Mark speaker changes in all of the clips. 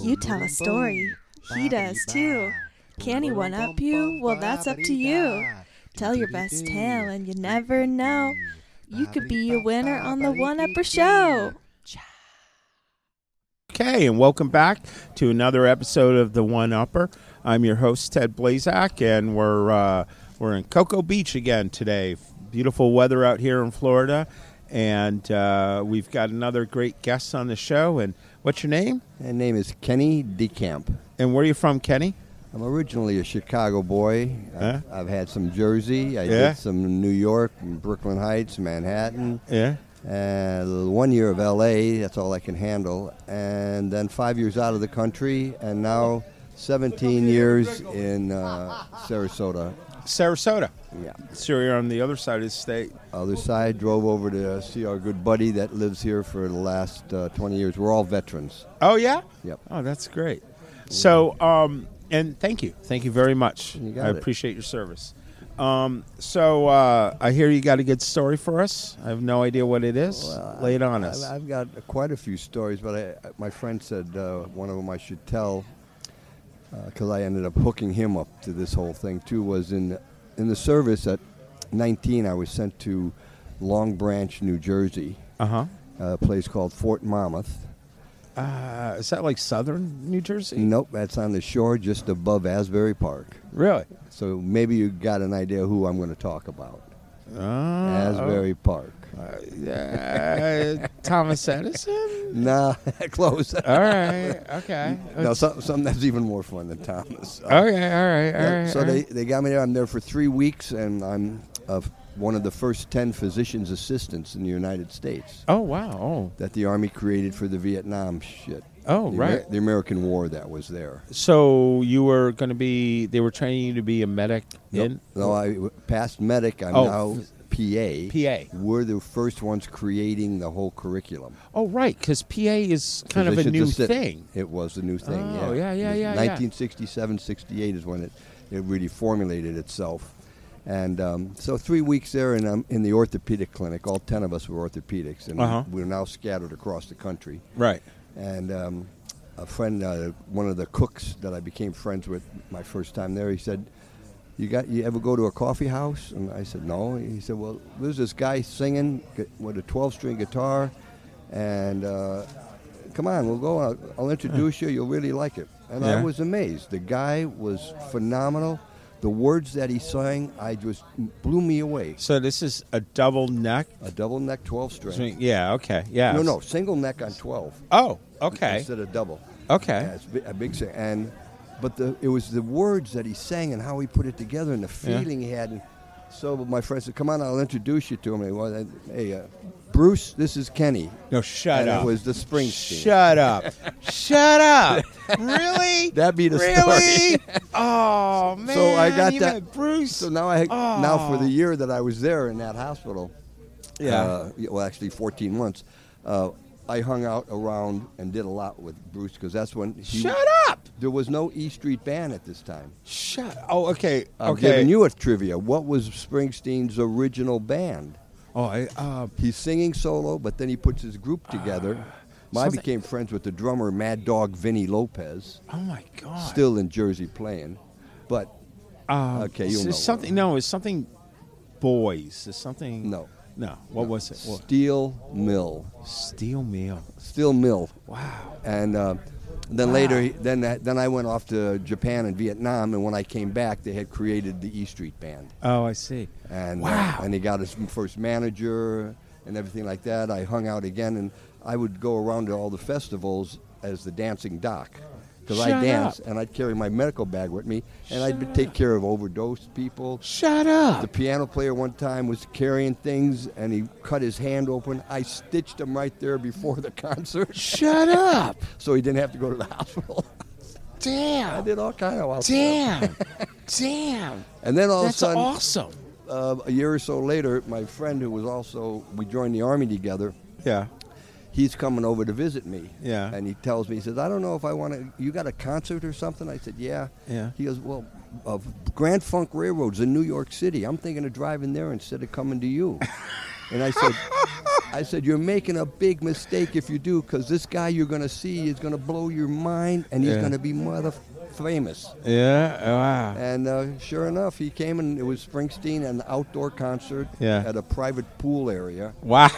Speaker 1: You tell a story. He does too. Can he one up you? Well, that's up to you. Tell your best tale, and you never know. You could be a winner on the One Upper Show.
Speaker 2: Okay, and welcome back to another episode of the One Upper. I'm your host Ted Blazak, and we're uh, we're in Cocoa Beach again today. Beautiful weather out here in Florida, and uh, we've got another great guest on the show. And what's your name?
Speaker 3: My name is Kenny DeCamp.
Speaker 2: And where are you from, Kenny?
Speaker 3: I'm originally a Chicago boy. I've,
Speaker 2: Yeah.
Speaker 3: I've had some Jersey. I
Speaker 2: Yeah.
Speaker 3: did some New York, and Brooklyn Heights, Manhattan.
Speaker 2: Yeah.
Speaker 3: And one year of L.A. That's all I can handle. And then five years out of the country, and now 17 years in uh, Sarasota.
Speaker 2: Sarasota.
Speaker 3: Yeah.
Speaker 2: So you're on the other side of the state.
Speaker 3: Other side, drove over to see our good buddy that lives here for the last uh, 20 years. We're all veterans.
Speaker 2: Oh yeah.
Speaker 3: Yep.
Speaker 2: Oh, that's great. So, um, and thank you, thank you very much.
Speaker 3: You got
Speaker 2: I
Speaker 3: it.
Speaker 2: appreciate your service. Um, so uh, I hear you got a good story for us. I have no idea what it is. Lay it on us.
Speaker 3: I've, I've got quite a few stories, but I, my friend said uh, one of them I should tell because I ended up hooking him up to this whole thing too. Was in in the service at 19, I was sent to Long Branch, New Jersey,
Speaker 2: Uh huh.
Speaker 3: a place called Fort Monmouth.
Speaker 2: Uh, is that like Southern New Jersey?
Speaker 3: Nope, that's on the shore just above Asbury Park.
Speaker 2: Really?
Speaker 3: So maybe you got an idea who I'm going to talk about.
Speaker 2: Uh,
Speaker 3: Asbury Park.
Speaker 2: Uh, Thomas Edison.
Speaker 3: Nah, close.
Speaker 2: All right. Okay.
Speaker 3: no, some, something that's even more fun than Thomas.
Speaker 2: okay. All right. All
Speaker 3: Yeah,
Speaker 2: right.
Speaker 3: so
Speaker 2: all
Speaker 3: they,
Speaker 2: right.
Speaker 3: they got me there. I'm there for three weeks, and I'm uh, one of the first 10 physician's assistants in the United States
Speaker 2: Oh wow. Oh.
Speaker 3: that the Army created for the Vietnam shit.
Speaker 2: Oh,
Speaker 3: The
Speaker 2: right.
Speaker 3: the American War that was there.
Speaker 2: So you were going to be? They were training you to be a medic in.
Speaker 3: No, I w- past medic. I'm
Speaker 2: Oh,
Speaker 3: now PA.
Speaker 2: PA.
Speaker 3: We're the first ones creating the whole curriculum.
Speaker 2: Oh, right, because PA is kind of a
Speaker 3: Physician's
Speaker 2: new
Speaker 3: assi-
Speaker 2: thing.
Speaker 3: It was a new thing.
Speaker 2: Oh, yeah,
Speaker 3: It
Speaker 2: yeah,
Speaker 3: was
Speaker 2: yeah, yeah.
Speaker 3: 1967, 68 is when it, it really formulated itself. And um, so three weeks there, and I'm in the orthopedic clinic. All ten of us were orthopedics, and
Speaker 2: Uh-huh.
Speaker 3: we're now scattered across the country.
Speaker 2: Right.
Speaker 3: And um, a friend, uh, one of the cooks that I became friends with my first time there, he said, "You got you ever go to a coffee house?" And I said, "No." He said, "Well, there's this guy singing gu- with a 12-string guitar, and uh, come on, we'll go. I'll, I'll introduce you. You'll really like it." And
Speaker 2: Yeah.
Speaker 3: I was amazed. The guy was phenomenal. The words that he sang, I just blew me away.
Speaker 2: So this is a double neck.
Speaker 3: A double neck 12 string.
Speaker 2: Swing- Yeah. Okay. Yeah.
Speaker 3: No, no, single neck on 12
Speaker 2: Oh. Okay.
Speaker 3: instead of double. Yeah,
Speaker 2: Okay.
Speaker 3: it's bi- a big sing- and but the it was the words that he sang and how he put it together and the
Speaker 2: Yeah.
Speaker 3: feeling he had. And so my friend said, "Come on, I'll introduce you to him." And he was, "Hey, uh, Bruce, this is Kenny."
Speaker 2: No. Shut
Speaker 3: and
Speaker 2: up.
Speaker 3: it was the Springsteen.
Speaker 2: Shut up. shut up. Really?
Speaker 3: That'd be the
Speaker 2: really? oh man.
Speaker 3: So I got
Speaker 2: you
Speaker 3: that-
Speaker 2: met Bruce.
Speaker 3: So now I now for
Speaker 2: Oh.
Speaker 3: the year that I was there in that hospital,
Speaker 2: Yeah.
Speaker 3: uh, yeah, well actually 14 months, uh, I hung out around and did a lot with Bruce because that's when he,
Speaker 2: Shut up.
Speaker 3: There was no E Street Band at this time.
Speaker 2: Shut. Oh. Okay.
Speaker 3: I'm
Speaker 2: okay.
Speaker 3: giving you a trivia. What was Springsteen's original band?
Speaker 2: oh. I, uh,
Speaker 3: He's singing solo, but then he puts his
Speaker 2: Ah,
Speaker 3: group together. Well, I
Speaker 2: something-
Speaker 3: became friends with the drummer Mad Dog Vinny Lopez,
Speaker 2: oh my God.
Speaker 3: still in Jersey playing. But
Speaker 2: Um,
Speaker 3: Okay, you'll
Speaker 2: it's
Speaker 3: know what
Speaker 2: something.
Speaker 3: it
Speaker 2: No, it's something. Boys. It's something.
Speaker 3: No.
Speaker 2: No. What was it? What?
Speaker 3: Steel Mill,
Speaker 2: Steel Mill.
Speaker 3: Steel Mill,
Speaker 2: Wow.
Speaker 3: and uh, then later, he- then that- then I went off to Japan and Vietnam, and when I came back, they had created the E Street Band.
Speaker 2: Oh, I see.
Speaker 3: and uh,
Speaker 2: Wow.
Speaker 3: and he got his first manager and everything like that. I hung out again, and I would go around to all the festivals as the dancing doc because I
Speaker 2: Shut
Speaker 3: danced,
Speaker 2: up.
Speaker 3: and I'd carry my medical bag with me, and I'd take care of overdosed people.
Speaker 2: Shut
Speaker 3: The
Speaker 2: up.
Speaker 3: piano player one time was carrying things, and he cut his hand open. I stitched him right there before the concert,
Speaker 2: Shut up.
Speaker 3: so he didn't have to go to the hospital. I
Speaker 2: Damn.
Speaker 3: did all kind of wild stuff.
Speaker 2: Damn. Damn.
Speaker 3: And then all
Speaker 2: That's
Speaker 3: of a sudden,
Speaker 2: awesome.
Speaker 3: uh, a year or so later, my friend who was also we joined the army together.
Speaker 2: Yeah.
Speaker 3: he's coming over to visit me.
Speaker 2: Yeah.
Speaker 3: And he tells me, he says, I don't know if I want to, you got a concert or something? I said, yeah.
Speaker 2: Yeah.
Speaker 3: He goes, well, uh, Grand Funk Railroad's in New York City. I'm thinking of driving there instead of coming to you. and I said, I said, You're making a big mistake if you do, because this guy you're going to see is going to blow your mind and he's
Speaker 2: Yeah.
Speaker 3: going to be mother famous.
Speaker 2: Yeah. Wow.
Speaker 3: And uh, sure enough, he came and it was Springsteen, an outdoor concert
Speaker 2: Yeah.
Speaker 3: at a private pool area.
Speaker 2: Wow.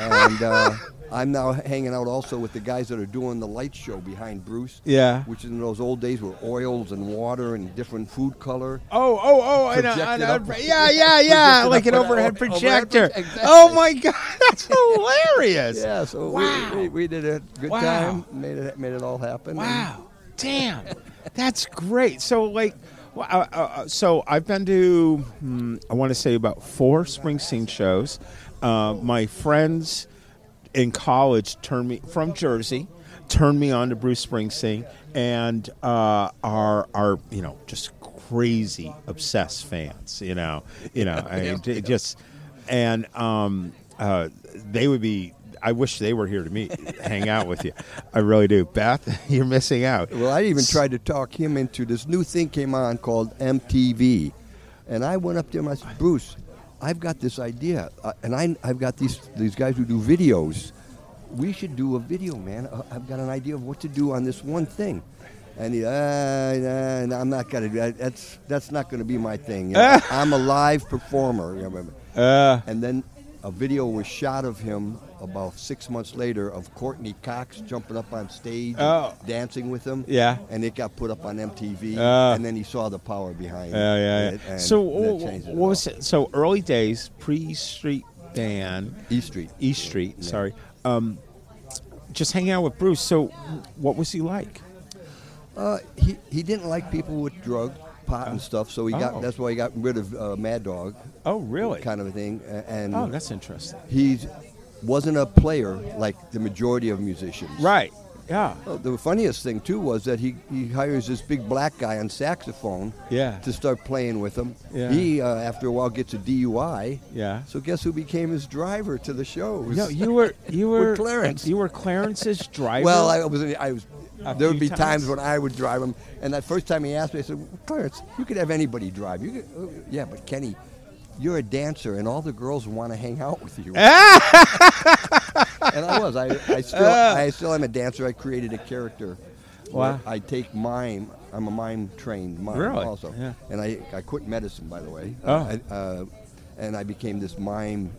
Speaker 3: And uh, I'm now hanging out also with the guys that are doing the light show behind Bruce.
Speaker 2: Yeah.
Speaker 3: Which in those old days were oils and water and different food color.
Speaker 2: Oh, oh, oh! And, uh,
Speaker 3: Projected
Speaker 2: and, uh,
Speaker 3: up-
Speaker 2: yeah, yeah, yeah!
Speaker 3: projected up
Speaker 2: like an
Speaker 3: with a-
Speaker 2: overhead
Speaker 3: overhead
Speaker 2: projector.
Speaker 3: project- exactly.
Speaker 2: Oh my god, that's hilarious!
Speaker 3: Yeah, so
Speaker 2: Wow.
Speaker 3: we, we, we did a good
Speaker 2: Wow.
Speaker 3: time, made it made it all happen. and-
Speaker 2: Wow, damn, that's great. So like, wh- uh, uh, uh, so I've been to hmm, I want to say about four Springsteen shows. Uh, my friends in college turned me from Jersey, turned me on to Bruce Springsteen, and uh, are are you know just crazy obsessed fans. You know, you know, I mean, it just and um, uh, they would be. I wish they were here to meet, hang out with you. I really do, Beth. You're missing out.
Speaker 3: Well, I even tried to talk him into this new thing came on called MTV, and I went up there and I said, Bruce, I've got this idea, uh, and I, I've got these these guys who do videos. We should do a video, man. Uh, I've got an idea of what to do on this one thing. And he, uh, uh, no, I'm not gonna do that. That's that's not gonna be my thing. you know. I'm a live performer. you know.
Speaker 2: Uh,
Speaker 3: And then a video was shot of him about six months later of Courtney Cox jumping up on stage, and
Speaker 2: Oh.
Speaker 3: dancing with him.
Speaker 2: Yeah.
Speaker 3: And it got put up on MTV.
Speaker 2: Ah.
Speaker 3: and then he saw the power behind
Speaker 2: Oh, Yeah, yeah,
Speaker 3: it.
Speaker 2: yeah.
Speaker 3: and
Speaker 2: So
Speaker 3: that
Speaker 2: wh-
Speaker 3: changed
Speaker 2: wh-
Speaker 3: it
Speaker 2: what
Speaker 3: all.
Speaker 2: was it? So early days, pre street band,
Speaker 3: E Street.
Speaker 2: East Street.
Speaker 3: Yeah.
Speaker 2: Sorry, um, just hanging out with Bruce. So what was he like?
Speaker 3: Uh, he, he didn't like people with drugs, pot and stuff, so he
Speaker 2: Oh.
Speaker 3: got that's why he got rid of uh, Mad Dog.
Speaker 2: Oh, really?
Speaker 3: Kind of a thing. a- And
Speaker 2: Oh, that's interesting.
Speaker 3: he wasn't a player like the majority of musicians.
Speaker 2: Right. Yeah.
Speaker 3: Well, the funniest thing too was that he, he hires this big black guy on saxophone
Speaker 2: Yeah.
Speaker 3: to start playing with him.
Speaker 2: Yeah.
Speaker 3: He uh, after a while gets a DUI.
Speaker 2: Yeah.
Speaker 3: So guess who became his driver to the shows?
Speaker 2: No, you were you were
Speaker 3: Clarence.
Speaker 2: You were Clarence's driver.
Speaker 3: well, I was I was
Speaker 2: A
Speaker 3: there would be
Speaker 2: few times.
Speaker 3: times when I would drive him, and that first time he asked me, I said, well, "Clarence, you could have anybody drive. You could, oh, yeah, but Kenny." You're a dancer, and all the girls want to hang out with you. and I was. I, I still, I still am a dancer. I created a character. where
Speaker 2: Uh. Wow.
Speaker 3: I take mime. I'm a mime trained mime
Speaker 2: Really?
Speaker 3: also.
Speaker 2: Yeah.
Speaker 3: And I, I quit medicine, by the way.
Speaker 2: Oh.
Speaker 3: I- uh, and I became this mime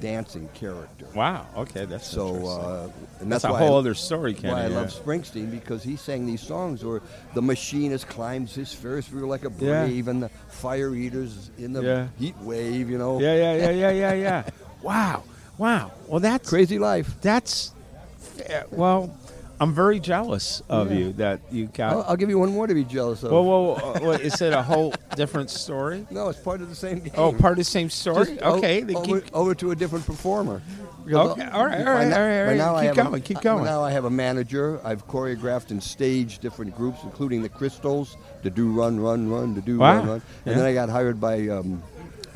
Speaker 3: dancing character.
Speaker 2: wow. Okay, that's
Speaker 3: So,
Speaker 2: interesting.
Speaker 3: uh, and
Speaker 2: that's
Speaker 3: that's,
Speaker 2: a
Speaker 3: why
Speaker 2: whole
Speaker 3: I,
Speaker 2: other story, Kenny.
Speaker 3: why I
Speaker 2: yeah.
Speaker 3: love Springsteen because he sang these songs where the machinist climbs his Ferris wheel like a
Speaker 2: Yeah.
Speaker 3: brave, and the fire eaters in the
Speaker 2: Yeah.
Speaker 3: heat wave. You know,
Speaker 2: yeah, yeah, yeah, yeah, yeah, yeah. wow, wow. Well, that's
Speaker 3: crazy life.
Speaker 2: That's fa- well. I'm very jealous of
Speaker 3: Yeah. Oh, uh,
Speaker 2: you that you got.
Speaker 3: I'll, I'll give you one more to be jealous of.
Speaker 2: Whoa, whoa, whoa, whoa, is it a whole different story?
Speaker 3: No, it's part of the same game.
Speaker 2: Oh, part of the same story.
Speaker 3: Just o-
Speaker 2: okay, then
Speaker 3: over,
Speaker 2: keep.
Speaker 3: over to a different performer.
Speaker 2: Okay, all right, all right, all right, all right.
Speaker 3: I
Speaker 2: Keep
Speaker 3: have
Speaker 2: going,
Speaker 3: a,
Speaker 2: keep
Speaker 3: uh,
Speaker 2: going.
Speaker 3: Now I have a manager. I've choreographed and staged different groups, including the Crystals, the Do Run Run Run, the Do
Speaker 2: Wow.
Speaker 3: Run Run, and
Speaker 2: Yeah.
Speaker 3: then I got hired by um,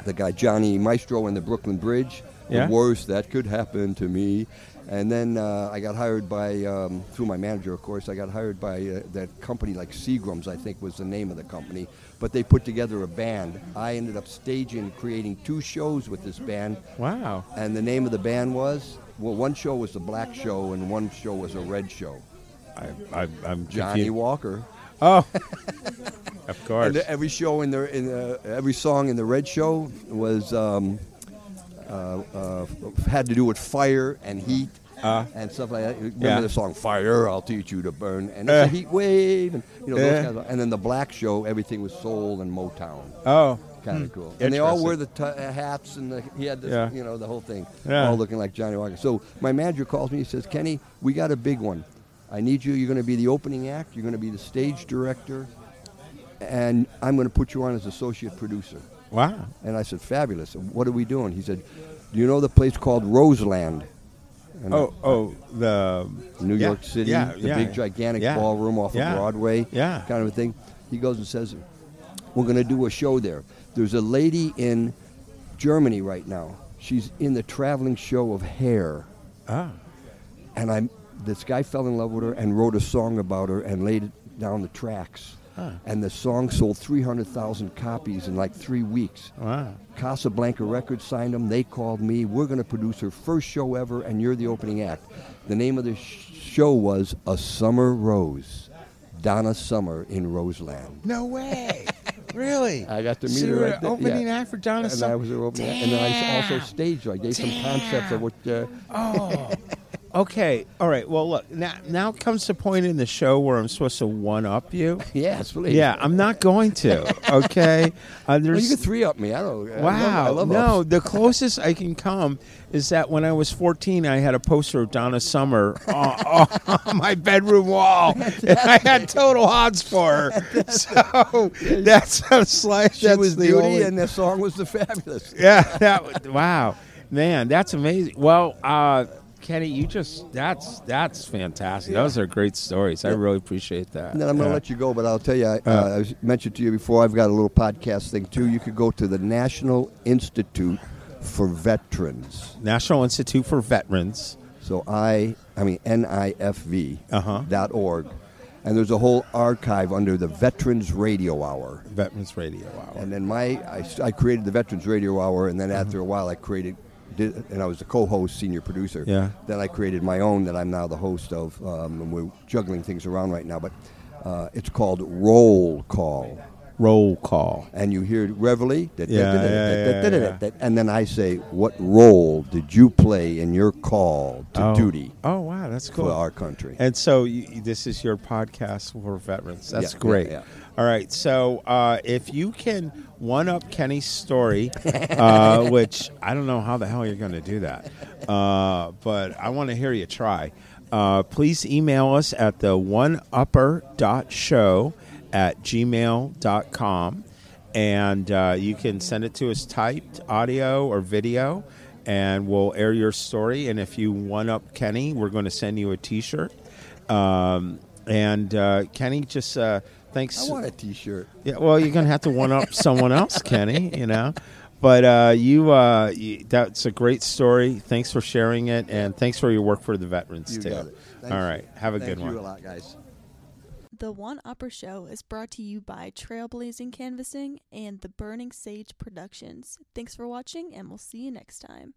Speaker 3: the guy Johnny Maestro in the Brooklyn Bridge.
Speaker 2: Yeah.
Speaker 3: The worst that could happen to me. And then uh, I got hired by um, through my manager, of course. I got hired by uh, that company, like Seagrams, I think was the name of the company. But they put together a band. I ended up staging, creating two shows with this band
Speaker 2: Wow.
Speaker 3: and the name of the band was well, one show was the black show and one show was a red show.
Speaker 2: I, I, I'm
Speaker 3: Johnny
Speaker 2: confused.
Speaker 3: Walker.
Speaker 2: Oh, of course.
Speaker 3: And every show in the in uh, every song in the red show was um, uh, uh, had to do with fire and heat.
Speaker 2: Uh.
Speaker 3: and stuff like that. Remember
Speaker 2: Yeah.
Speaker 3: the song "Fire"? I'll teach you to burn, and
Speaker 2: Uh.
Speaker 3: it's a heat wave, and you know
Speaker 2: Yeah.
Speaker 3: those kinds of, And then the black show, everything was soul and Motown,
Speaker 2: oh,
Speaker 3: kind of cool. And they all
Speaker 2: Interesting.
Speaker 3: wore the t- uh, hats, and the, he had the,
Speaker 2: Yeah.
Speaker 3: you know the whole thing,
Speaker 2: Yeah.
Speaker 3: all looking like Johnny Walker. So my manager calls me. He says, "Kenny, we got a big one. I need you. You're going to be the opening act. You're going to be the stage director, and I'm going to put you on as associate producer."
Speaker 2: Hmm. wow.
Speaker 3: And I said, "Fabulous. What are we doing?" He said, "Do you know the place called Roseland?" And I-
Speaker 2: Oh, oh, the
Speaker 3: New
Speaker 2: yeah,
Speaker 3: York City,
Speaker 2: Yeah,
Speaker 3: the
Speaker 2: yeah,
Speaker 3: big gigantic
Speaker 2: yeah,
Speaker 3: ballroom off
Speaker 2: yeah,
Speaker 3: of Broadway,
Speaker 2: Yeah.
Speaker 3: kind of a thing. He goes and says, "We're going to do a show there." There's a lady in Germany right now. She's in the traveling show of Hair, Oh,
Speaker 2: Ah.
Speaker 3: and I'm this guy fell in love with her and wrote a song about her and laid it down the tracks. and the song sold 300,000 copies in like three weeks.
Speaker 2: Wow.
Speaker 3: Casablanca Records signed them. They called me. We're going to produce her first show ever, and you're the opening act. The name of the sh- show was A Summer Rose, Donna Summer in Roseland.
Speaker 2: No way. really?
Speaker 3: I got to meet
Speaker 2: So you
Speaker 3: her
Speaker 2: were
Speaker 3: right there,
Speaker 2: opening
Speaker 3: yeah.
Speaker 2: act for Donna
Speaker 3: and
Speaker 2: Summer.
Speaker 3: I was her opening act. And then I s- also staged her. I gave some concepts of what. Uh,
Speaker 2: Okay. All right. Well, look. Now, now comes the point in the show where I'm supposed to one up you.
Speaker 3: yes, please.
Speaker 2: Yeah, I'm not going to. Okay. Uh,
Speaker 3: Well,
Speaker 2: there's-
Speaker 3: you could three up me. I don't. I love-
Speaker 2: Wow.
Speaker 3: I love,
Speaker 2: no,
Speaker 3: ups.
Speaker 2: the closest I can come is that when I was 14, I had a poster of Donna Summer on, on my bedroom wall, and I had total odds for her. So that's a slice.
Speaker 3: She
Speaker 2: that's
Speaker 3: was
Speaker 2: the
Speaker 3: beauty,
Speaker 2: only-
Speaker 3: and the song was the fabulous.
Speaker 2: yeah. That, was- wow, man, that's amazing. Well, uh, Kenny, you just that's that's fantastic. Those are great stories. I really appreciate that.
Speaker 3: And then I'm going to
Speaker 2: Yeah.
Speaker 3: let you go, but I'll tell you, I, uh, I mentioned to you before, I've got a little podcast thing too. You could go to the National Institute for Veterans.
Speaker 2: National Institute for Veterans.
Speaker 3: So I, I mean, NIFV
Speaker 2: Uh-huh.
Speaker 3: dot org. And there's a whole archive under the Veterans Radio Hour.
Speaker 2: Veterans Radio Hour.
Speaker 3: And then my, I, s- I created the Veterans Radio Hour, and then
Speaker 2: Mm-hmm.
Speaker 3: after a while, I created, did, and I was the co-host, senior producer.
Speaker 2: Yeah.
Speaker 3: Then I created my own that I'm now the host of, um, and we're juggling things around right now. But uh, it's called Roll Call,
Speaker 2: Roll call.
Speaker 3: and you hear Reveille, da- da-
Speaker 2: Yeah,
Speaker 3: da- da- da-
Speaker 2: yeah,
Speaker 3: da- da-
Speaker 2: yeah,
Speaker 3: da- da- and then I say, "What role did you play in your call to
Speaker 2: Oh.
Speaker 3: duty
Speaker 2: Oh wow, that's cool.
Speaker 3: for our country?"
Speaker 2: And so you, you- this is your podcast for veterans. That's
Speaker 3: Yeah, yeah,
Speaker 2: great.
Speaker 3: yeah.
Speaker 2: All right. So uh, if you can one up Kenny's story, uh, which I don't know how the hell you're going to do that, uh, but I want to hear you try. Uh, please email us at the oneupper.show at gmail.com. And uh, you can send it to us typed, audio, or video. And we'll air your story. And if you one up Kenny, we're going to send you a t shirt. Um, and uh, Kenny, just uh, thanks.
Speaker 3: I want a T-shirt.
Speaker 2: Yeah, well, you're gonna have to one up someone else, Kenny. You know, but uh, you, uh, you that's a great story. Thanks for sharing it, and thanks for your work for the veterans
Speaker 3: You
Speaker 2: too.
Speaker 3: got it. Thanks.
Speaker 2: All right, have a
Speaker 3: Thank
Speaker 2: good
Speaker 3: you
Speaker 2: one.
Speaker 3: a lot, guys.
Speaker 1: The One Upper Show is brought to you by Trailblazing Canvassing and the Burning Sage Productions. Thanks for watching, and we'll see you next time.